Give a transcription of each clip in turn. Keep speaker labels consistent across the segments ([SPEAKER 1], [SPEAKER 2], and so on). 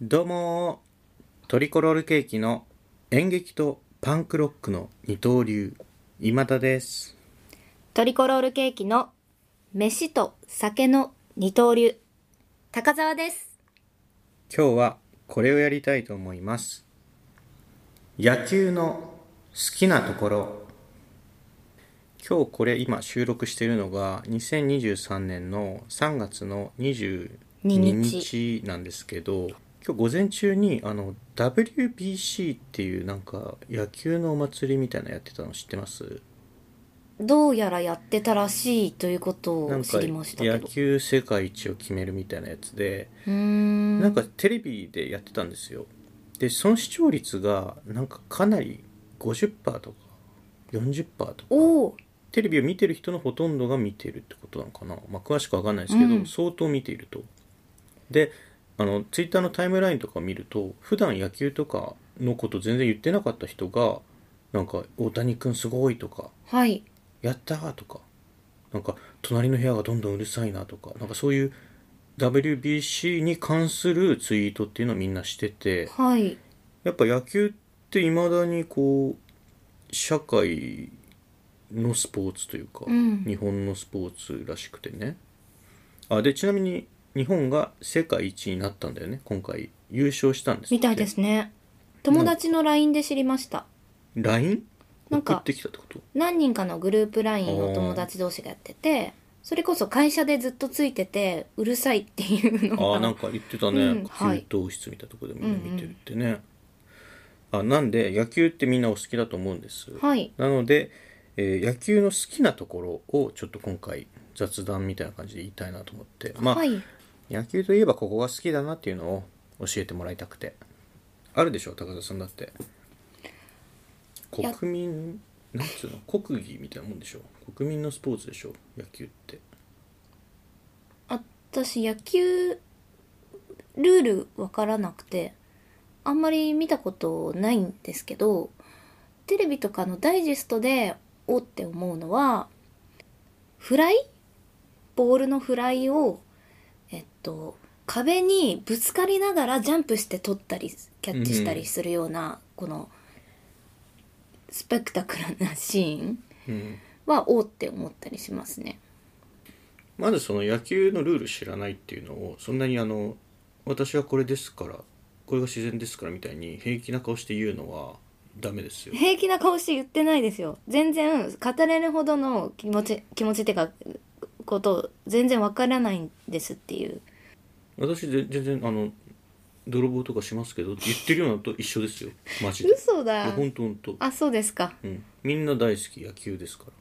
[SPEAKER 1] どうもートリコロールケーキの演劇とパンクロックの二刀流今田です
[SPEAKER 2] トリコロールケーキの飯と酒の二刀流高澤です
[SPEAKER 1] 今日はこれをやりたいと思います野球の好きなところ今日これ今収録しているのが2023年の3月の22日なんですけど今日午前中にあの WBC っていうなんか野球のお祭りみたいなのやってたの知ってます
[SPEAKER 2] どうやらやってたらしいということ
[SPEAKER 1] な
[SPEAKER 2] を
[SPEAKER 1] んか
[SPEAKER 2] 知りましたけ
[SPEAKER 1] 野
[SPEAKER 2] ど
[SPEAKER 1] 球世界一を決めるみたいなやつで、
[SPEAKER 2] うーん
[SPEAKER 1] なんかテレビでやってたんですよでその視聴率がなんかかなり50%とか40%とか
[SPEAKER 2] おお
[SPEAKER 1] テレビを見てる人のほとんどが見てるってことなのかな、まあ、詳しくわかんないですけど、
[SPEAKER 2] うん
[SPEAKER 1] 相当見ているとであのツイッターのタイムラインとかを見ると普段野球とかのこと全然言ってなかった人がなんか「大谷君すごい」とか
[SPEAKER 2] はい
[SPEAKER 1] やったーとかなんか隣の部屋がどんどんうるさいなとかなんかそういう WBC に関するツイートっていうのをみんなしてて
[SPEAKER 2] はい
[SPEAKER 1] やっぱ野球っていまだにこう社会のスポーツというか、
[SPEAKER 2] うん
[SPEAKER 1] 日本のスポーツらしくてねあでちなみに日本が世界一になったんだよね今回優勝したんですって
[SPEAKER 2] みたいですね友達の LINE で知りました、
[SPEAKER 1] LINE?
[SPEAKER 2] なん
[SPEAKER 1] 送
[SPEAKER 2] か
[SPEAKER 1] ってきたってこと
[SPEAKER 2] 何人かのグループ LINE を友達同士がやっててそれこそ会社でずっとついててうるさいっていうの
[SPEAKER 1] あー
[SPEAKER 2] が
[SPEAKER 1] なんか言ってた
[SPEAKER 2] う
[SPEAKER 1] ね
[SPEAKER 2] んはい
[SPEAKER 1] 給湯室みたいなとこでみんな見てるってね、あなんで野球ってみんなお好きだと思うんです、
[SPEAKER 2] はい
[SPEAKER 1] なので、えー野球の好きなところをちょっと今回雑談みたいな感じで言いたいなと思ってまあ、
[SPEAKER 2] はい
[SPEAKER 1] 野球といえばここが好きだなっていうのを教えてもらいたくてあるでしょ高田さんだって
[SPEAKER 2] や
[SPEAKER 1] 国民なんつうの国技みたいなもんでしょ国民のスポーツでしょ野球って
[SPEAKER 2] 私野球ルールわからなくてあんまり見たことないんですけどテレビとかのダイジェストでおって思うのはフライボールのフライをえっと壁にぶつかりながらジャンプして取ったりキャッチしたりするような、このスペクタクルなシーン
[SPEAKER 1] うん
[SPEAKER 2] はおって思ったりしますね。
[SPEAKER 1] まずその野球のルール知らないっていうのをそんなにあの私はこれですからこれが自然ですからみたいに平気な顔して言うのはダメですよ
[SPEAKER 2] 平気な顔して言ってないですよ全然語れるほどの気持ち気持ちってかことを全然わからないんですっていう
[SPEAKER 1] 私ぜ全然あの泥棒とかしますけどって言ってるようなのと一緒ですよマジでい
[SPEAKER 2] 嘘だ
[SPEAKER 1] やほんとほんと
[SPEAKER 2] あそうですか
[SPEAKER 1] うん、みんな大好き野球ですから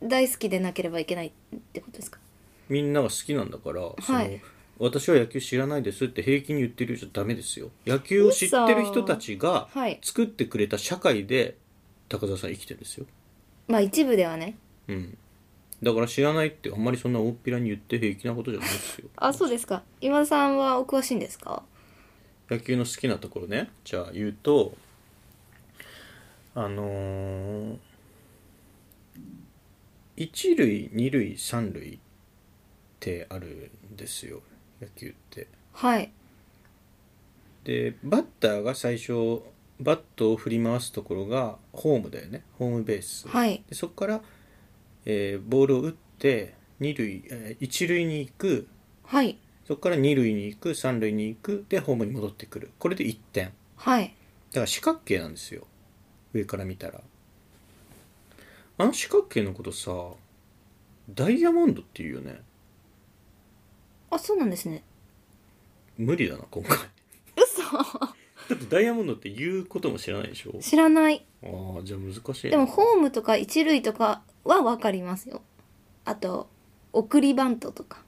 [SPEAKER 2] 大好きでなければいけないってことですか
[SPEAKER 1] みんなが好きなんだから、そ
[SPEAKER 2] は
[SPEAKER 1] の
[SPEAKER 2] い
[SPEAKER 1] 私は野球知らないですって平気に言ってるじゃダメですよ野球を知ってる人たちが
[SPEAKER 2] はい
[SPEAKER 1] 作ってくれた社会で高澤さん生きてるんですよ、
[SPEAKER 2] まあ一部ではね
[SPEAKER 1] うん、だから知らないってあんまりそんな大っぴらに言って平気なことじゃないですよ
[SPEAKER 2] あそうですか今田さんはお詳しいんですか
[SPEAKER 1] 野球の好きなところねじゃあ言うとあのー、1塁2塁3塁ってあるんですよ野球って
[SPEAKER 2] はい
[SPEAKER 1] でバッターが最初バットを振り回すところがホームだよねホームベース、
[SPEAKER 2] はい
[SPEAKER 1] でそこから、えーボールを打って二塁、えー一塁に行く
[SPEAKER 2] はい
[SPEAKER 1] そこから二塁に行く三塁に行くでホームに戻ってくるこれで1点だ
[SPEAKER 2] はい
[SPEAKER 1] から四角形なんですよ上から見たらあの四角形のことさダイヤモンドっていうよね
[SPEAKER 2] あそうなんですね
[SPEAKER 1] 無理だな今回
[SPEAKER 2] 嘘
[SPEAKER 1] だってダイヤモンドって言うことも知らないでしょ
[SPEAKER 2] 知らない
[SPEAKER 1] ああじゃあ難しいな
[SPEAKER 2] でもホームとか一塁とかはわかりますよあと送りバントとか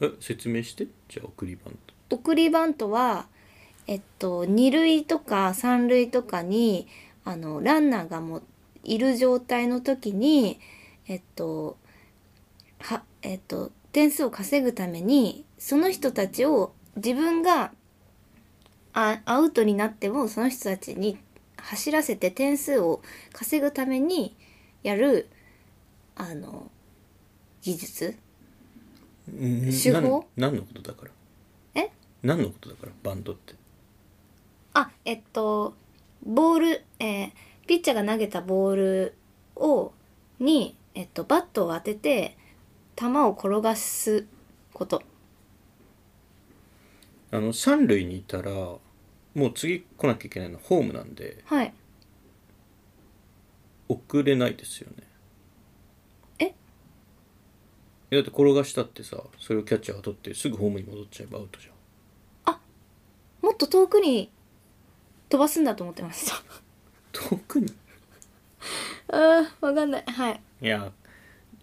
[SPEAKER 1] え説明してじゃあ送りバント
[SPEAKER 2] 送りバントは、えっと、二塁とか三塁とかにあのランナーがもういる状態の時に、えっとはえっと、点数を稼ぐためにその人たちを自分があアウトになってもその人たちに走らせて点数を稼ぐためにやるあの技術
[SPEAKER 1] うん
[SPEAKER 2] 手法
[SPEAKER 1] なん何のことだから
[SPEAKER 2] え
[SPEAKER 1] 何のことだからバントって
[SPEAKER 2] あえっとボール、えーピッチャーが投げたボールをに、えっと、バットを当てて球を転がすこと
[SPEAKER 1] あの三塁にいたらもう次来なきゃいけないのはホームなんで
[SPEAKER 2] はい
[SPEAKER 1] 送れないですよね
[SPEAKER 2] え
[SPEAKER 1] えだって転がしたってさそれをキャッチャーが取ってすぐホームに戻っちゃえばアウトじゃん
[SPEAKER 2] もっと遠くに飛ばすんだと思ってました
[SPEAKER 1] 特に
[SPEAKER 2] あーわかんないはい
[SPEAKER 1] いや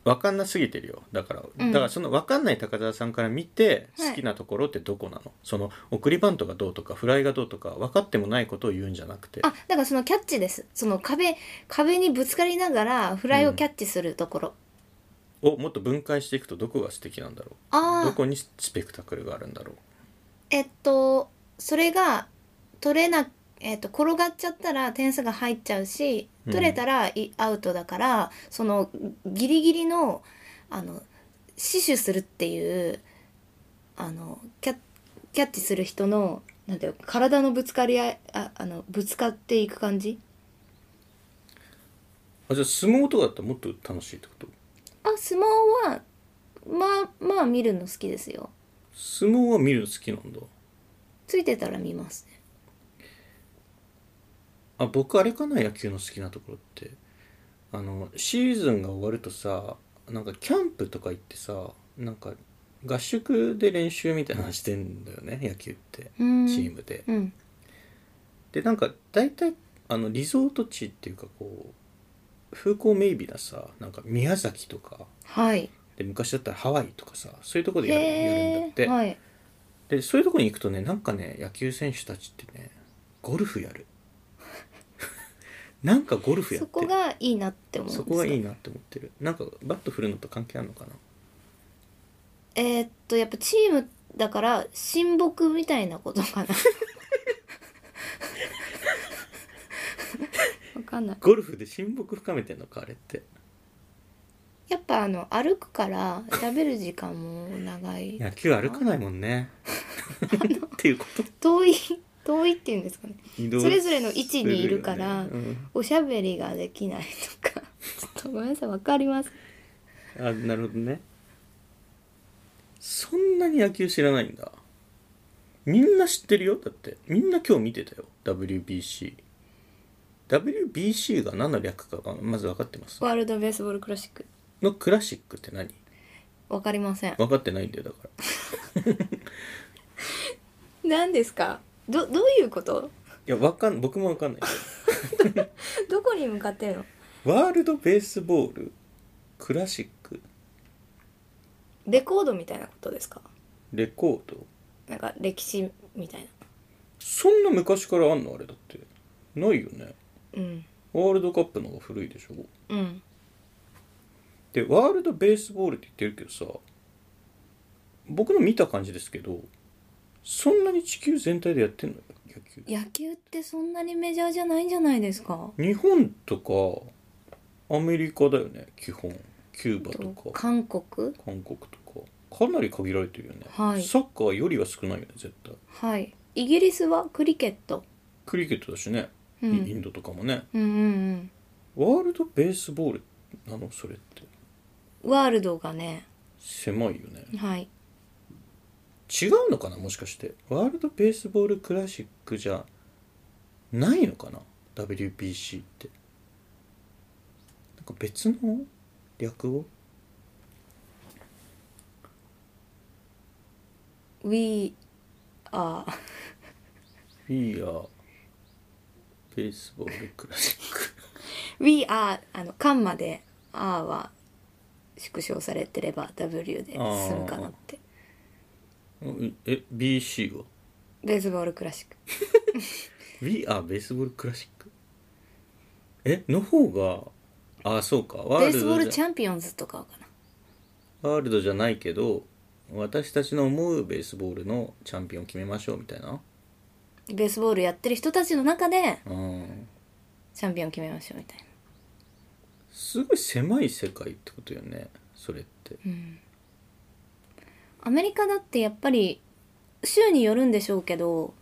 [SPEAKER 1] 分かんなすぎてるよだから、
[SPEAKER 2] うん
[SPEAKER 1] だからその分かんない高澤さんから見て
[SPEAKER 2] はい
[SPEAKER 1] 好きなところってどこなの、その送りバントがどうとかフライがどうとか分かってもないことを言うんじゃなくて
[SPEAKER 2] あだからそのキャッチですその壁壁にぶつかりながらフライをキャッチするところ、
[SPEAKER 1] をもっと分解していくとどこが素敵なんだろう
[SPEAKER 2] あ
[SPEAKER 1] ど
[SPEAKER 2] あ
[SPEAKER 1] こにスペクタクルがあるんだろう
[SPEAKER 2] えっとそれが取れなえっと転がっちゃったら点数が入っちゃうし
[SPEAKER 1] うん
[SPEAKER 2] 取れたらいアウトだからそのギリギリのあの死守するっていうあのキャキャッチする人のなんていうの体のぶつかり合いああのぶつかっていく感じ
[SPEAKER 1] あじゃあ相撲とかだったらもっと楽しいってこと
[SPEAKER 2] あ相撲はまあまあ見るの好きですよ
[SPEAKER 1] 相撲は見るの好きなんだ
[SPEAKER 2] ついてたら見ますね
[SPEAKER 1] あ僕あれかな野球の好きなところってあのシーズンが終わるとさなんかキャンプとか行ってさなんか合宿で練習みたいなのしてんだよね野球って
[SPEAKER 2] う
[SPEAKER 1] チー
[SPEAKER 2] ん
[SPEAKER 1] ムで、
[SPEAKER 2] うん
[SPEAKER 1] でなんか大体あのリゾート地っていうかこう風光明媚なさなんか宮崎とか
[SPEAKER 2] はい
[SPEAKER 1] で昔だったらハワイとかさそういうところでやるやるんだ
[SPEAKER 2] へ
[SPEAKER 1] っ
[SPEAKER 2] え
[SPEAKER 1] て、
[SPEAKER 2] はい
[SPEAKER 1] でそういうとこに行くとねなんかね野球選手たちってねゴルフや るなんかゴルフやっ
[SPEAKER 2] そ
[SPEAKER 1] てる
[SPEAKER 2] こがいいなって思うんです
[SPEAKER 1] そ
[SPEAKER 2] か
[SPEAKER 1] こがいいなって思ってるなんかバット振るのと関係あるのかな
[SPEAKER 2] えーっとやっぱチームだから親睦みたいなことかな わかんない
[SPEAKER 1] ゴルフで親睦深めてんのかあれって
[SPEAKER 2] やっぱあの歩くから喋る時間も長い
[SPEAKER 1] 野球歩かないもん ねっていうこと
[SPEAKER 2] 遠い遠いっていうんですかね
[SPEAKER 1] 移動
[SPEAKER 2] それぞれの位置にいるから
[SPEAKER 1] すよね
[SPEAKER 2] おしゃべりができないとかちょっとごめんなさいわかります
[SPEAKER 1] うんあなるほどねそんなに野球知らないんだみんな知ってるよだってみんな今日見てたよ WBC WBC が何の略かがまず分かってます
[SPEAKER 2] ワールドベースボールクラシック
[SPEAKER 1] のクラシックって何
[SPEAKER 2] わかりません
[SPEAKER 1] 分かってないんだよだから
[SPEAKER 2] 何ですかどどういうこと
[SPEAKER 1] いやわかん僕も分かんない
[SPEAKER 2] どこに向かってるの
[SPEAKER 1] ワールドベースボールクラシック
[SPEAKER 2] レコードみたいなことですか
[SPEAKER 1] レコード
[SPEAKER 2] なんか歴史みたいな
[SPEAKER 1] そんな昔からあんのあれだってないよね
[SPEAKER 2] うん
[SPEAKER 1] ワールドカップの方が古いでしょ
[SPEAKER 2] うん
[SPEAKER 1] でワールドベースボールって言ってるけどさ僕の見た感じですけどそんなに地球全体でやってんのよ野球
[SPEAKER 2] 野球ってそんなにメジャーじゃないんじゃないですか
[SPEAKER 1] 日本とかアメリカだよね基本キューバと
[SPEAKER 2] と
[SPEAKER 1] か
[SPEAKER 2] 韓国
[SPEAKER 1] 韓国とかかなり限られてるよね、
[SPEAKER 2] はい
[SPEAKER 1] サッカーよりは少ないよね絶対
[SPEAKER 2] はいイギリスはクリケット、
[SPEAKER 1] クリケットだしね、
[SPEAKER 2] う
[SPEAKER 1] イイン
[SPEAKER 2] ん、
[SPEAKER 1] ドとかもね
[SPEAKER 2] うんうん
[SPEAKER 1] ワールドベースボールなのそれって
[SPEAKER 2] うんワールドがね
[SPEAKER 1] 狭いよね
[SPEAKER 2] はい
[SPEAKER 1] 違うのかなもしかしてワールドベースボールクラシックじゃないのかな WBC ってなんか別の略語
[SPEAKER 2] We are
[SPEAKER 1] ?We are ベースボールクラシック
[SPEAKER 2] We are あのカンマで R は縮小されてれば W で済むかなって
[SPEAKER 1] うん え BC は
[SPEAKER 2] ベースボールクラシック
[SPEAKER 1] We are ベースボールクラシックえの方がああそうかワ
[SPEAKER 2] ベ
[SPEAKER 1] ー
[SPEAKER 2] ース
[SPEAKER 1] ル
[SPEAKER 2] ボー
[SPEAKER 1] ド
[SPEAKER 2] ル
[SPEAKER 1] じ
[SPEAKER 2] チ
[SPEAKER 1] ゃ
[SPEAKER 2] ャンピオンズとかかな
[SPEAKER 1] ワールドじゃないけど私たちの思うベースボールのチャンピオン決めましょうみたいな
[SPEAKER 2] ベースボールやってる人たちの中で
[SPEAKER 1] うん
[SPEAKER 2] チャンピオン決めましょうみたいな
[SPEAKER 1] すごい狭い世界ってことよねそれって
[SPEAKER 2] うんアメリカだってやっぱり週によるんでしょうけど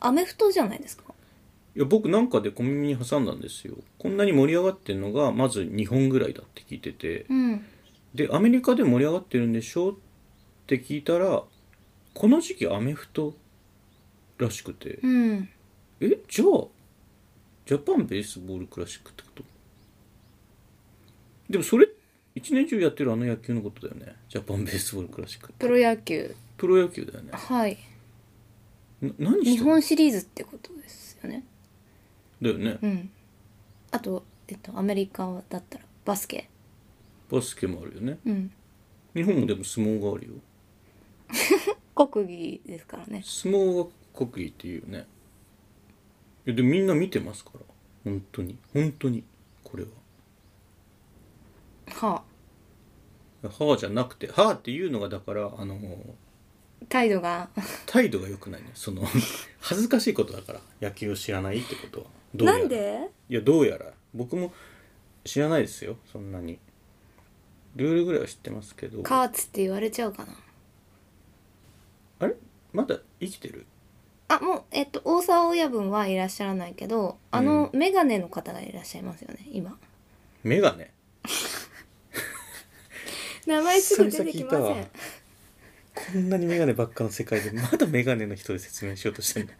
[SPEAKER 2] アメフトじゃないですか
[SPEAKER 1] いや僕なんかで小耳に挟んだんですよこんなに盛り上がってるのがまず日本ぐらいだって聞いてて
[SPEAKER 2] うん
[SPEAKER 1] でアメリカで盛り上がってるんでしょって聞いたらこの時期アメフトらしくて
[SPEAKER 2] うん
[SPEAKER 1] えじゃあジャパンベースボールクラシックってことでもそれ一年中やってるあの野球のことだよねジャパンベースボールクラシック
[SPEAKER 2] プロ野球
[SPEAKER 1] プロ野球だよね
[SPEAKER 2] はい
[SPEAKER 1] な何し
[SPEAKER 2] 日
[SPEAKER 1] てんの
[SPEAKER 2] 本シリーズってことですよね
[SPEAKER 1] だよね
[SPEAKER 2] うんあと、えっと、アメリカだったらバスケ
[SPEAKER 1] バスケもあるよね
[SPEAKER 2] うん
[SPEAKER 1] 日本もでも相撲があるよ
[SPEAKER 2] 国技ですからね
[SPEAKER 1] 相撲が国技っていうよねいやでもみんな見てますから本当に本当にこれは
[SPEAKER 2] は
[SPEAKER 1] 「はあ」じゃなくて「はあ」っていうのがだからあの
[SPEAKER 2] あ態度が
[SPEAKER 1] 態度が良くないねその 恥ずかしいことだから野球を知らないってことはどうや
[SPEAKER 2] な
[SPEAKER 1] ら
[SPEAKER 2] んで
[SPEAKER 1] いやどうやら僕も知らないですよそんなにルールぐらいは知ってますけど
[SPEAKER 2] カーツって言われちゃうかな
[SPEAKER 1] あれまだ生きてる
[SPEAKER 2] あもうえっと大沢親分はいらっしゃらないけどあのメガネの方がいらっしゃいますよね今
[SPEAKER 1] 眼鏡
[SPEAKER 2] 名前すぐ出てきませ
[SPEAKER 1] 久々聞いたわ
[SPEAKER 2] ん
[SPEAKER 1] こんなに眼鏡ばっかの世界でまだ眼鏡の人で説明しようとしてる の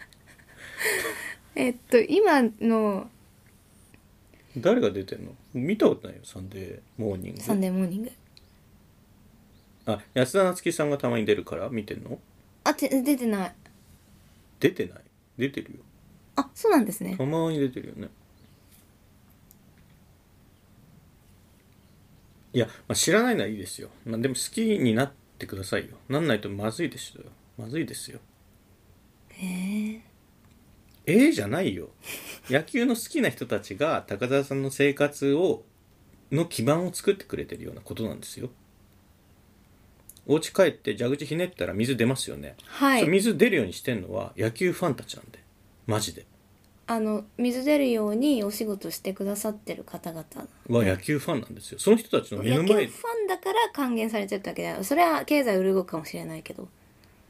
[SPEAKER 2] えっと今の
[SPEAKER 1] 誰が出てんの見たことないよサンデーモーニン
[SPEAKER 2] 「
[SPEAKER 1] グ
[SPEAKER 2] サンデーモーニング
[SPEAKER 1] あ安田夏樹さんがたまに出るから見てんの」
[SPEAKER 2] あて出てない
[SPEAKER 1] 出てない出てるよ
[SPEAKER 2] あそうなんですね
[SPEAKER 1] たまに出てるよねいや、まあ、知らないのはいいですよ、まあ、でも好きになってくださいよなんないとまずいですよまずいですよ
[SPEAKER 2] へえ
[SPEAKER 1] ええじゃないよ野球の好きな人たちが高澤さんの生活をの基盤を作ってくれてるようなことなんですよお家帰って蛇口ひねったら水出ますよね、
[SPEAKER 2] は
[SPEAKER 1] それ
[SPEAKER 2] い
[SPEAKER 1] 水出るようにしてんのは野球ファンたちなんでマジで
[SPEAKER 2] あの水出るようにお仕事してくださってる方々
[SPEAKER 1] は野球ファンなんですよその人たちの目の
[SPEAKER 2] 野
[SPEAKER 1] 前
[SPEAKER 2] 球
[SPEAKER 1] で
[SPEAKER 2] ファンだから還元されちゃったわけじゃないそれは経済売る動くかもしれないけど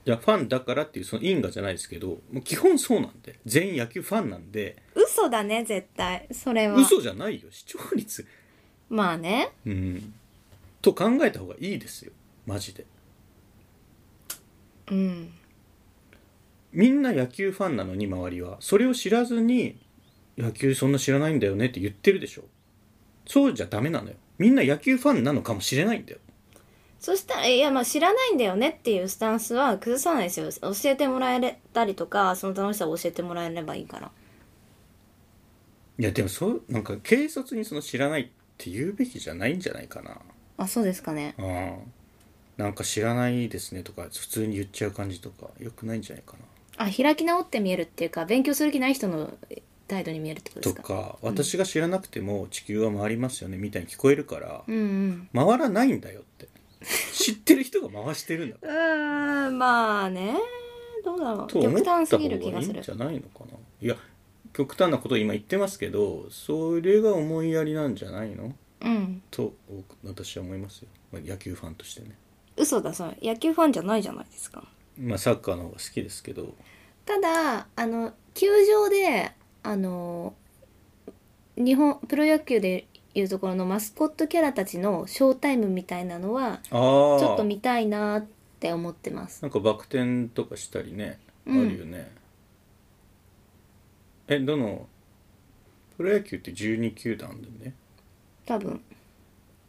[SPEAKER 1] いやファンだからっていうその因果じゃないですけどもう基本そうなんで全員野球ファンなんで
[SPEAKER 2] 嘘だね絶対それは
[SPEAKER 1] 嘘じゃないよ視聴率
[SPEAKER 2] まあね
[SPEAKER 1] うんと考えた方がいいですよマジで
[SPEAKER 2] うん
[SPEAKER 1] みんな野球ファンなのに周りはそれを知らずに野球そんな知らないんだよねって言ってるでしょそうじゃダメなのよみんな野球ファンなのかもしれないんだよ
[SPEAKER 2] そしたらいやまあ知らないんだよねっていうスタンスは崩さないですよ教えてもらえたりとかその楽しさを教えてもらえればいいから
[SPEAKER 1] いやでもそうなんか軽率にその知らないって言うべきじゃないんじゃないかな
[SPEAKER 2] あそうですかね
[SPEAKER 1] うんなんか知らないですねとか普通に言っちゃう感じとかよくないんじゃないかな
[SPEAKER 2] あ開き直って見えるっていうか勉強する気ない人の態度に見えるってことで
[SPEAKER 1] と
[SPEAKER 2] すか
[SPEAKER 1] か私が知らなくても地球は回りますよねみたいに聞こえるから、
[SPEAKER 2] うんうん
[SPEAKER 1] 回らないんだよって 知ってる人が回してるんだ
[SPEAKER 2] うーんまあねどうだろう
[SPEAKER 1] と思
[SPEAKER 2] 極
[SPEAKER 1] った方
[SPEAKER 2] 端す
[SPEAKER 1] がい
[SPEAKER 2] ぎ
[SPEAKER 1] い
[SPEAKER 2] る気がす
[SPEAKER 1] ん
[SPEAKER 2] る
[SPEAKER 1] じゃないのかないや極端なことを今言ってますけどそれが思いやりなんじゃないの
[SPEAKER 2] うん
[SPEAKER 1] と僕私は思いますよまあ野球ファンとしてね
[SPEAKER 2] 嘘だそれ野球ファンじゃないじゃないですか
[SPEAKER 1] まあサッカーの方が好きですけど
[SPEAKER 2] ただあの球場であの日本プロ野球でいうところのマスコットキャラたちのショータイムみたいなのは
[SPEAKER 1] ああ
[SPEAKER 2] ちょっと見たいなって思ってます
[SPEAKER 1] なんかバク転とかしたりね、
[SPEAKER 2] うん
[SPEAKER 1] あるよねえどのプロ野球って12球団だよね
[SPEAKER 2] 多分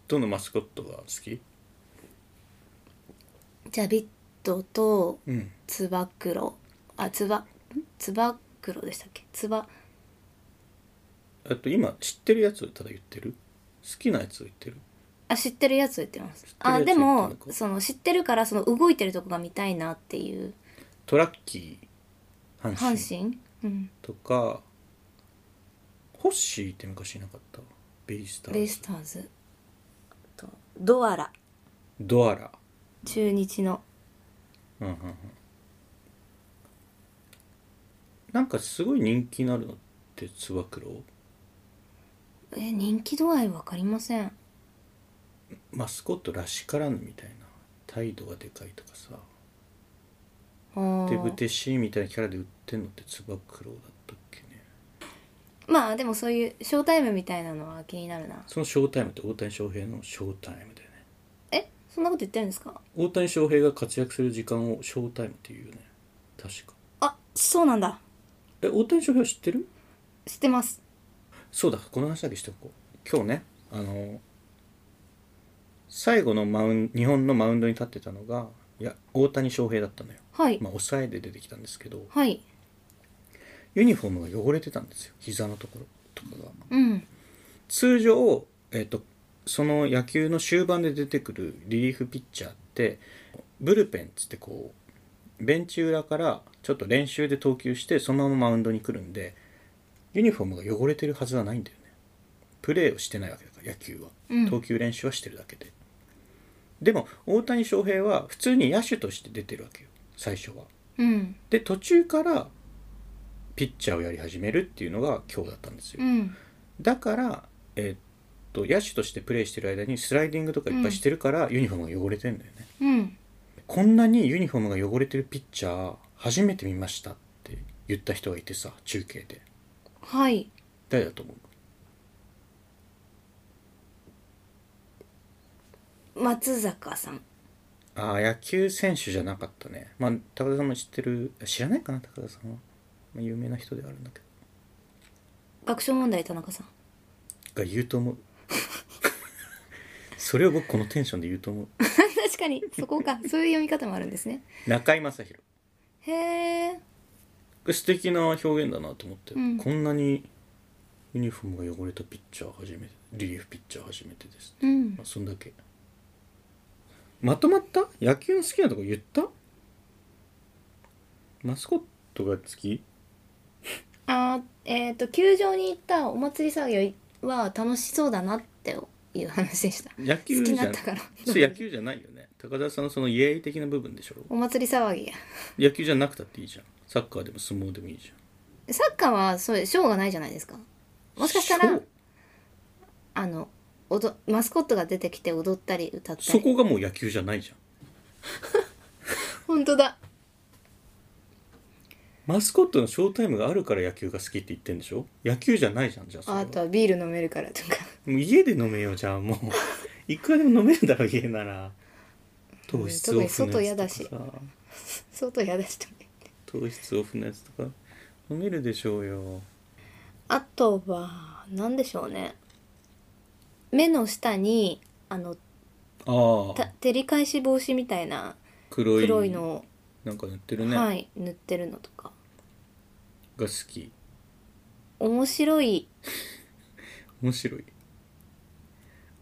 [SPEAKER 1] どのマスコットが好き
[SPEAKER 2] ジャビットと
[SPEAKER 1] うん
[SPEAKER 2] つば九郎あつばんつば九郎でしたっけつば
[SPEAKER 1] あと今知ってるやつをただ言ってる好きなやつを言ってる
[SPEAKER 2] あ知ってるやつ言ってます
[SPEAKER 1] 知って
[SPEAKER 2] あ
[SPEAKER 1] るや
[SPEAKER 2] で
[SPEAKER 1] つ言ってんのか
[SPEAKER 2] もその知ってるからその動いてるとこが見たいなっていう
[SPEAKER 1] トラッキー阪神
[SPEAKER 2] 阪神うん
[SPEAKER 1] とかホッシーって昔いなかったベイスタ
[SPEAKER 2] ベイ
[SPEAKER 1] ーズ
[SPEAKER 2] スターズあとドアラ
[SPEAKER 1] ドアラ
[SPEAKER 2] 中日の
[SPEAKER 1] うんうんうんなんかすごい人気になるのってつば九郎
[SPEAKER 2] え人気度合い分かりません
[SPEAKER 1] マスコットらしからぬみたいな態度がでかいとかさ
[SPEAKER 2] あー
[SPEAKER 1] テブテシみたいなキャラで売ってんのってつば九郎だったっけね
[SPEAKER 2] まあでもそういうショータイムみたいなのは気になるな
[SPEAKER 1] そのショータイムって大谷翔平のショータイムだよね
[SPEAKER 2] えそんなこと言ってるんですか
[SPEAKER 1] 大谷翔平が活躍する時間をショータイムっていうよね確か
[SPEAKER 2] あそうなんだ
[SPEAKER 1] え大谷翔平知ってる
[SPEAKER 2] 知ってます
[SPEAKER 1] そうだこの話だけしておこう今日ねあの最後のマウン日本のマウンドに立ってたのがいや大谷翔平だったのよ
[SPEAKER 2] はい、
[SPEAKER 1] まあ抑えで出てきたんですけど
[SPEAKER 2] はい
[SPEAKER 1] ユニフォームが汚れてたんですよ膝のところとかが
[SPEAKER 2] うん
[SPEAKER 1] 通常、えっとその野球の終盤で出てくるリリーフピッチャーってブルペンっつってこうベンチ裏からちょっと練習で投球してそのままマウンドに来るんでユニフォームが汚れてるはずはないんだよねプレーをしてないわけだから野球は
[SPEAKER 2] うん
[SPEAKER 1] 投球練習はしてるだけで、でも大谷翔平は普通に野手として出てるわけよ最初は
[SPEAKER 2] うん
[SPEAKER 1] で途中からピッチャーをやり始めるっていうのが今日だったんですよ
[SPEAKER 2] うん
[SPEAKER 1] だから、えーっと野手としてプレーしてる間にスライディングとかいっぱいしてるから、ユニフォームが汚れてんだよね
[SPEAKER 2] うん
[SPEAKER 1] こんなにユニフォームが汚れてるピッチャー初めて見ましたって言った人がいてさ中継で
[SPEAKER 2] はい
[SPEAKER 1] 誰だと思う
[SPEAKER 2] 松坂さん
[SPEAKER 1] ああ野球選手じゃなかったねまあ高田さんも知ってる知らないかな高田さんは、まあ、有名な人ではあるんだけ
[SPEAKER 2] 学習問題田中さん
[SPEAKER 1] どが言うと思うそれを僕このテンションで言うと思う
[SPEAKER 2] 確かにそこかそういう読み方もあるんですね
[SPEAKER 1] 中居正広
[SPEAKER 2] へえ
[SPEAKER 1] 素敵な表現だなと思って、
[SPEAKER 2] うん
[SPEAKER 1] こんなにユニフォームが汚れたピッチャー初めてリリーフピッチャー初めてです、
[SPEAKER 2] うん
[SPEAKER 1] まあ、そんだけまとまった野球の好きなとこ言ったマスコットが好き
[SPEAKER 2] あーえっ、と球場に行ったお祭り騒ぎは楽しそうだなっていう話でした
[SPEAKER 1] 野球
[SPEAKER 2] 好
[SPEAKER 1] じ
[SPEAKER 2] き
[SPEAKER 1] ゃ
[SPEAKER 2] だったから
[SPEAKER 1] それ野球じゃないよね高田さんのそのイエーイ的な部分でしょ
[SPEAKER 2] お祭り騒ぎ
[SPEAKER 1] 野球じゃなくたっていいじゃんサッカーでも相撲でもいいじ
[SPEAKER 2] サッカーはそうショーがないじゃないですか
[SPEAKER 1] ゃん
[SPEAKER 2] もしかしたら
[SPEAKER 1] そう
[SPEAKER 2] あのおどマスコットが出てきて踊ったり歌った
[SPEAKER 1] そ
[SPEAKER 2] り
[SPEAKER 1] こがもう野球じゃないじゃん
[SPEAKER 2] 本当だ
[SPEAKER 1] マスコットのショータイムがあるから野球が好きって言ってんでしょ野球じゃないじゃんじゃあそれは
[SPEAKER 2] あとはビール飲めるからとか
[SPEAKER 1] もう家で飲めようじゃ あもういくらでも飲めるだろ家なら糖質オフのやつとかさ
[SPEAKER 2] 相当嫌でしたね
[SPEAKER 1] 糖質オフのやつとか飲めるでしょうよ
[SPEAKER 2] あとは何でしょうね目の下にあの
[SPEAKER 1] あ
[SPEAKER 2] た照り返し防止みたいな
[SPEAKER 1] 黒い
[SPEAKER 2] 黒いの
[SPEAKER 1] なんか塗ってる
[SPEAKER 2] を、
[SPEAKER 1] ね、
[SPEAKER 2] はい、塗ってるのとか
[SPEAKER 1] が好き
[SPEAKER 2] 面白い
[SPEAKER 1] 面白い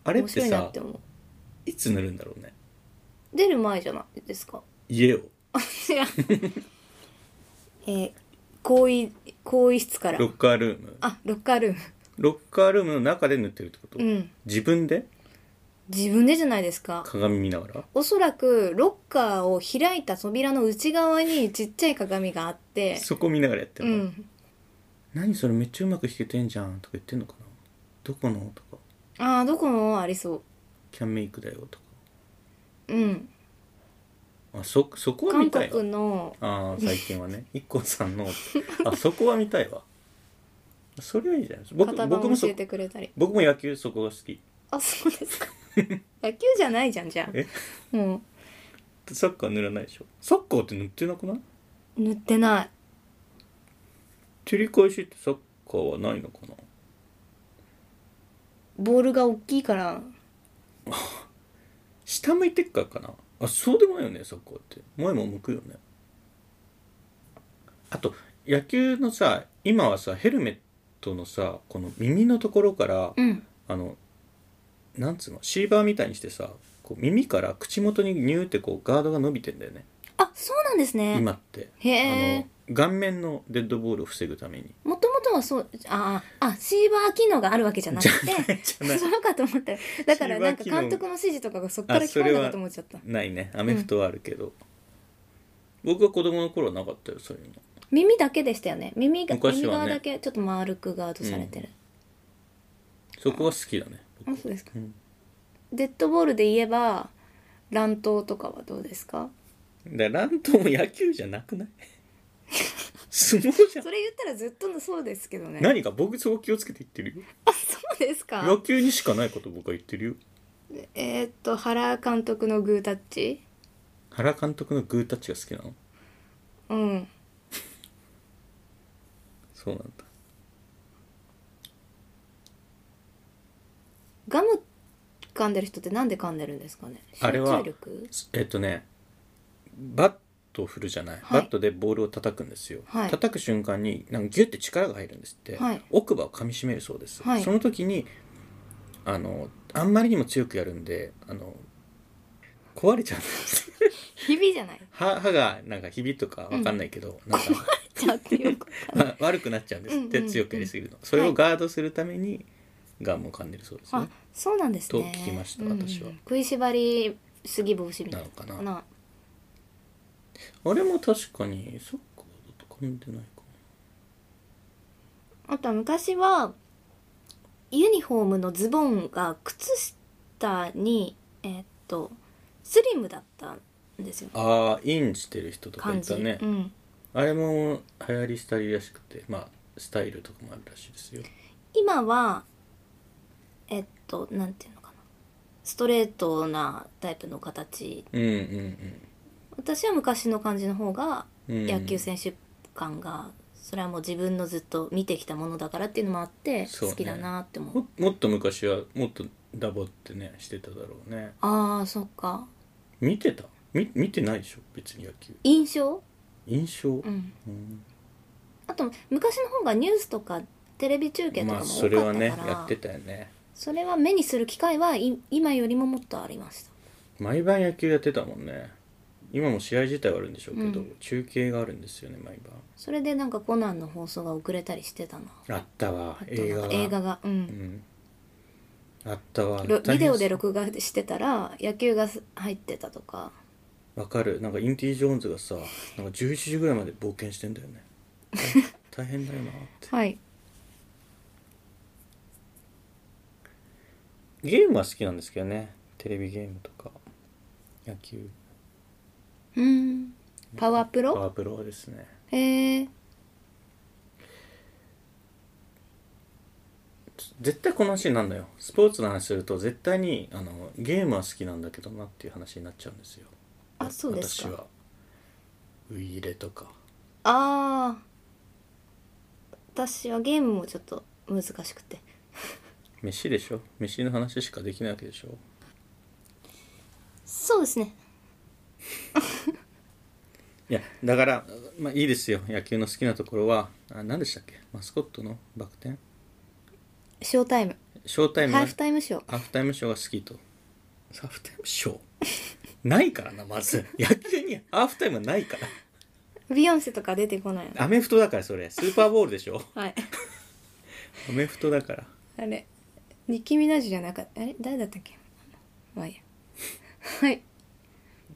[SPEAKER 1] あれっ
[SPEAKER 2] 面
[SPEAKER 1] て
[SPEAKER 2] 白いな
[SPEAKER 1] さ
[SPEAKER 2] って思
[SPEAKER 1] いつ塗るんだろうね
[SPEAKER 2] う出る前じゃないですか
[SPEAKER 1] 家を
[SPEAKER 2] いやえー、更衣更衣室から
[SPEAKER 1] ロッカールーム
[SPEAKER 2] あロッカールーム
[SPEAKER 1] ロッカールームの中で塗ってるってこと、
[SPEAKER 2] うん
[SPEAKER 1] 自分で
[SPEAKER 2] 自分でじゃないですか
[SPEAKER 1] 鏡見ながら
[SPEAKER 2] おそらくロッカーを開いた扉の内側にちっちゃい鏡があって
[SPEAKER 1] そこ見ながらやって
[SPEAKER 2] う
[SPEAKER 1] るの、
[SPEAKER 2] ん
[SPEAKER 1] 何それめっちゃうまく弾けてんじゃんとか言ってんのかなどこのとか
[SPEAKER 2] ああどこもありそ
[SPEAKER 1] キャンメイクだよとか
[SPEAKER 2] ううん
[SPEAKER 1] あそそこは見
[SPEAKER 2] 韓
[SPEAKER 1] たいわ
[SPEAKER 2] 国の
[SPEAKER 1] ああ最近はね IKKO さんのあそこは見たいわそれはいいじゃないですか僕
[SPEAKER 2] 型
[SPEAKER 1] 僕
[SPEAKER 2] 番
[SPEAKER 1] も
[SPEAKER 2] を
[SPEAKER 1] そ
[SPEAKER 2] 教えてくれたり
[SPEAKER 1] 僕も野球そこが好き
[SPEAKER 2] あそうですか野球じゃないじゃんじゃ
[SPEAKER 1] え
[SPEAKER 2] あも
[SPEAKER 1] サッカー塗らないでしょサッカーって塗ってなくない
[SPEAKER 2] うん塗ってない
[SPEAKER 1] 照り返しってサッカーはないのかな
[SPEAKER 2] ボールが大きいから
[SPEAKER 1] 下向いてっからかなあそうでもないよねサッカーって前も向くよねあと野球のさ今はさヘルメットのさこの耳のところから
[SPEAKER 2] うん
[SPEAKER 1] あのなんつうのシーバーみたいにしてさこう耳から口元にニューってこうガードが伸びてんだよね
[SPEAKER 2] あそうなんですね
[SPEAKER 1] 今って
[SPEAKER 2] へ
[SPEAKER 1] あ
[SPEAKER 2] え
[SPEAKER 1] の顔面のデッドボールを防ぐために
[SPEAKER 2] もともとはそうあああシーバー機能があるわけじゃなくて
[SPEAKER 1] じゃない
[SPEAKER 2] そうかと思ったよだからなんか
[SPEAKER 1] シーバー機能
[SPEAKER 2] 監督の指示とかがそっから
[SPEAKER 1] あ
[SPEAKER 2] 聞こえるのかと思っちゃった
[SPEAKER 1] ないねアメフトはあるけど、僕が子供の頃はなかったよそういうの
[SPEAKER 2] 耳だけでしたよね耳が、
[SPEAKER 1] 昔
[SPEAKER 2] 耳
[SPEAKER 1] はね
[SPEAKER 2] 側だけちょっと丸くガードされてる、
[SPEAKER 1] そこは好きだね僕
[SPEAKER 2] あそうですか、
[SPEAKER 1] うん
[SPEAKER 2] デッドボールで言えば乱闘とかはどうですか
[SPEAKER 1] だから乱闘も野球じゃなく ない相撲じゃん
[SPEAKER 2] それ言ったらずっとのそうですけどね
[SPEAKER 1] 何か僕そこ気をつけて言ってるよ
[SPEAKER 2] あそうですか
[SPEAKER 1] 野球にしかないこと僕は言ってるよ
[SPEAKER 2] えーっと原監督のグータッチ
[SPEAKER 1] 原監督のグータッチが好きなの
[SPEAKER 2] うん
[SPEAKER 1] そうなんだ
[SPEAKER 2] ガム噛んでる人ってなんで噛んでるんですかね集
[SPEAKER 1] あれは
[SPEAKER 2] 中力
[SPEAKER 1] えっとねバットを振るじゃない、
[SPEAKER 2] はい
[SPEAKER 1] バットでボールを叩くんですよ、
[SPEAKER 2] はい
[SPEAKER 1] 叩く瞬間になんかギュッて力が入るんですって、
[SPEAKER 2] はい
[SPEAKER 1] 奥歯を噛みしめるそうです、
[SPEAKER 2] はい
[SPEAKER 1] その時にあのあんまりにも強くやるんであの壊れちゃうんですよ
[SPEAKER 2] 日々じゃない
[SPEAKER 1] 歯歯がなんかひびとかわかんないけど、なんか
[SPEAKER 2] ちゃってよく
[SPEAKER 1] まあ 悪くなっちゃうんですって、
[SPEAKER 2] うんうん
[SPEAKER 1] 強くやりすぎるのそれをガードするためにガムを噛んでるそうです
[SPEAKER 2] あ
[SPEAKER 1] ね
[SPEAKER 2] そうなんですね
[SPEAKER 1] と聞きました
[SPEAKER 2] うん
[SPEAKER 1] 私は
[SPEAKER 2] 食いしばりすぎ防止みた
[SPEAKER 1] ないのか
[SPEAKER 2] な
[SPEAKER 1] な
[SPEAKER 2] な
[SPEAKER 1] あれも確かにそっかだと噛んでないか
[SPEAKER 2] あとは昔はユニフォームのズボンが靴下にえーっとスリムだったんですよ
[SPEAKER 1] なあーインしてる人とか
[SPEAKER 2] 感
[SPEAKER 1] い
[SPEAKER 2] じ、
[SPEAKER 1] たね
[SPEAKER 2] うん、
[SPEAKER 1] あれも流行りしたりらしくてまあスタイルとかもあるらしいですよ
[SPEAKER 2] 今はえっとなんていうのかなストレートなタイプの形
[SPEAKER 1] うんうん
[SPEAKER 2] 私は昔の感じの方が
[SPEAKER 1] うんうん
[SPEAKER 2] 野球選手感が、それはもう自分のずっと見てきたものだからっていうのもあって
[SPEAKER 1] そうね
[SPEAKER 2] 好きだなって思う
[SPEAKER 1] ももっと昔はもっとダボってねしてただろうね
[SPEAKER 2] ああそっか
[SPEAKER 1] 見てたみ見てないでしょ別に野球
[SPEAKER 2] 印象
[SPEAKER 1] 印象、
[SPEAKER 2] うん
[SPEAKER 1] うん
[SPEAKER 2] あと昔の方がニュースとかテレビ中継と
[SPEAKER 1] ま
[SPEAKER 2] かも
[SPEAKER 1] あ
[SPEAKER 2] 多かったから、
[SPEAKER 1] それはねやってたよね
[SPEAKER 2] それは目にする機会はい今よりももっとありました
[SPEAKER 1] 毎晩野球やってたもんね今も試合自体はあるんでしょうけど、
[SPEAKER 2] うん
[SPEAKER 1] 中継があるんですよね毎
[SPEAKER 2] それでなんかコナンの放送が遅れたりしてたな
[SPEAKER 1] 晩あったわ
[SPEAKER 2] あと
[SPEAKER 1] 映画
[SPEAKER 2] なん
[SPEAKER 1] が
[SPEAKER 2] か映画がう、
[SPEAKER 1] うんん、あったわ
[SPEAKER 2] ろビデオで
[SPEAKER 1] 大変
[SPEAKER 2] 録画してたら野球がす入ってたとか
[SPEAKER 1] わかるなんかインティ・ジョーンズがさなんか11時ぐらいまで冒険してんだよね 大変だよなって
[SPEAKER 2] はい
[SPEAKER 1] ゲームは好きなんですけどねテレビゲームとか野球
[SPEAKER 2] うんパワー
[SPEAKER 1] パ
[SPEAKER 2] プロ
[SPEAKER 1] ワープロですね
[SPEAKER 2] へえ
[SPEAKER 1] 絶対この話になんだよスポーツの話すると絶対にあのゲームは好きなんだけどなっていう話になっちゃうんですよ
[SPEAKER 2] あそうです
[SPEAKER 1] 私
[SPEAKER 2] か
[SPEAKER 1] はウイイレとか
[SPEAKER 2] ああ私はゲームもちょっと難しくて
[SPEAKER 1] 飯でしょ飯の話しかできないわけでしょ
[SPEAKER 2] そうですね
[SPEAKER 1] いやだからまあいいですよ野球の好きなところはあ何でしたっけマスコットのバク転
[SPEAKER 2] ショータイム
[SPEAKER 1] ショータイム
[SPEAKER 2] ハーフタイムショー
[SPEAKER 1] ハーフタイムショーが好きとハーフタイムショー ないからなまず野球にハーフタイムはないか
[SPEAKER 2] ビヨンセとか出てこないの
[SPEAKER 1] らアメフトだからそれスーパーボールでしょ
[SPEAKER 2] はい
[SPEAKER 1] アメフトだから
[SPEAKER 2] あれニッキー・ミナージュじゃなかったあれ誰だったっけまあいいやはい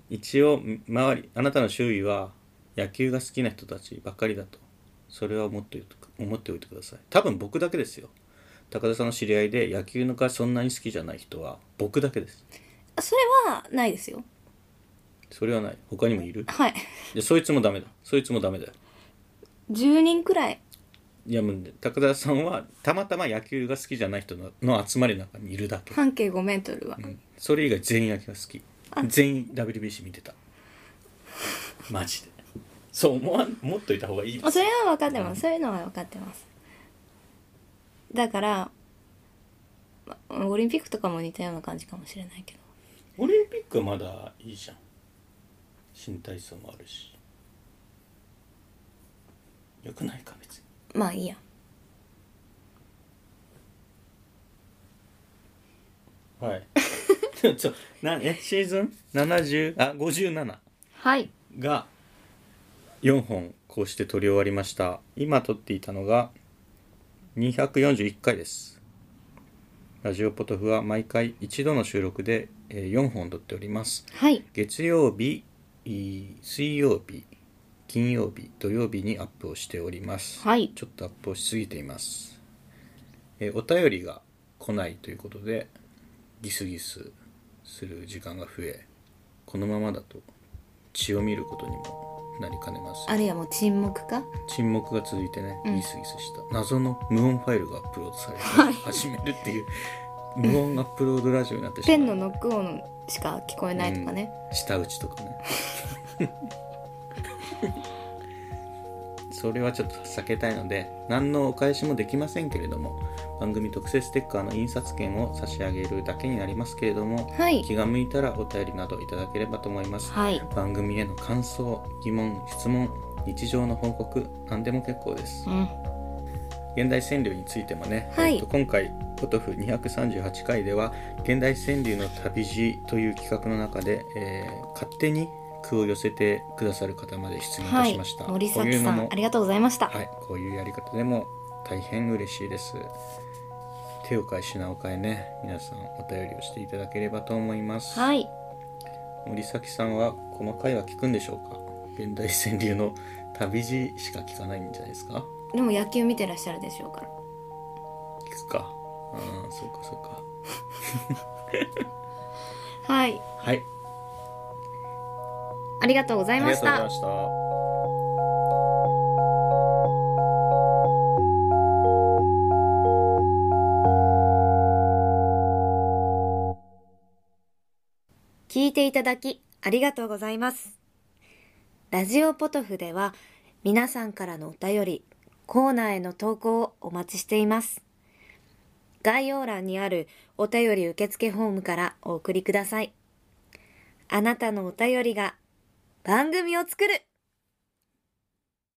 [SPEAKER 1] 一応周りあなたの周囲は野球が好きな人たちばっかりだとそれは思っておいて思っておいてください多分僕だけですよ高田さんの知り合いで野球のがそんなに好きじゃない人は僕だけです
[SPEAKER 2] それはないですよ
[SPEAKER 1] それはない他にもいる
[SPEAKER 2] はい
[SPEAKER 1] でそいつもダメだそいつもダメだよ
[SPEAKER 2] 10人くらい
[SPEAKER 1] いやもうね高田さんはたまたま野球が好きじゃない人のの集まりの中にいるだけ、
[SPEAKER 2] 半径5メートルは、
[SPEAKER 1] うんそれ以外全員野球が好き全員 WBC 見てたマジでそう思わん持っといた方がいいです
[SPEAKER 2] それは分かってますそういうのは分かってますだからまオリンピックとかも似たような感じかもしれないけど
[SPEAKER 1] オリンピックはまだいいじゃん新体操もあるしよくないか別に
[SPEAKER 2] まあいいや
[SPEAKER 1] はい ちょちょなえシーズン70あ57
[SPEAKER 2] はい
[SPEAKER 1] が4本こうして撮り終わりました今撮っていたのが241回ですラジオポトフは毎回一度の収録でえー4本撮っております
[SPEAKER 2] はい
[SPEAKER 1] 月曜日えー水曜日金曜日土曜日にアップをしております、
[SPEAKER 2] はい
[SPEAKER 1] ちょっとアップをしすぎています、えーお便りが来ないということでギスギスする時間が増えこのままだと血を見ることにもなりかねます
[SPEAKER 2] あるいはもう沈黙か
[SPEAKER 1] 沈黙が続いてね
[SPEAKER 2] うん
[SPEAKER 1] ギスギスした、謎の無音ファイルがアップロードされて
[SPEAKER 2] はい
[SPEAKER 1] 始めるっていう無音アップロードラジオになってし
[SPEAKER 2] ペン
[SPEAKER 1] ま
[SPEAKER 2] の
[SPEAKER 1] う
[SPEAKER 2] ノック音しか聞こえないとかね、
[SPEAKER 1] 舌打ちと かねそれはちょっと避けたいので何のお返しもできませんけれども番組特製ステッカーの印刷券を差し上げるだけになりますけれども
[SPEAKER 2] はい
[SPEAKER 1] 気が向いたらお便りなどいただければと思います
[SPEAKER 2] はい
[SPEAKER 1] 番組への感想疑問質問日常の報告何でも結構です
[SPEAKER 2] うん
[SPEAKER 1] 現代川柳についてもね、
[SPEAKER 2] はい
[SPEAKER 1] えっと今回ポトフ238回では「現代川柳の旅路」という企画の中で、えー勝手に句を寄せてくださる方まで出演いた
[SPEAKER 2] は
[SPEAKER 1] し
[SPEAKER 2] い
[SPEAKER 1] ました、
[SPEAKER 2] 森
[SPEAKER 1] こうい
[SPEAKER 2] 崎
[SPEAKER 1] うの
[SPEAKER 2] さん
[SPEAKER 1] も
[SPEAKER 2] ありがとうございました、
[SPEAKER 1] はい、こういうやり方でも大変嬉しいです手を変え品を変えね皆さんお便りをしていただければと思います、
[SPEAKER 2] はい
[SPEAKER 1] 森崎さんはこの回は聞くんでしょうか現代川柳の旅路しか聞かないんじゃないですか
[SPEAKER 2] でも野球見てらっしゃるでしょうから
[SPEAKER 1] 聞くかああそうかそうか
[SPEAKER 2] はい
[SPEAKER 1] はい
[SPEAKER 2] ありがとうございまし
[SPEAKER 1] ありがとうござい
[SPEAKER 2] た
[SPEAKER 1] ました
[SPEAKER 2] 聞いていただきありがとうございます。ラジオポトフでは皆さんからのお便り、コーナーへの投稿をお待ちしています。概要欄にあるお便り受付フォームからお送りください。あなたのお便りが番組を作る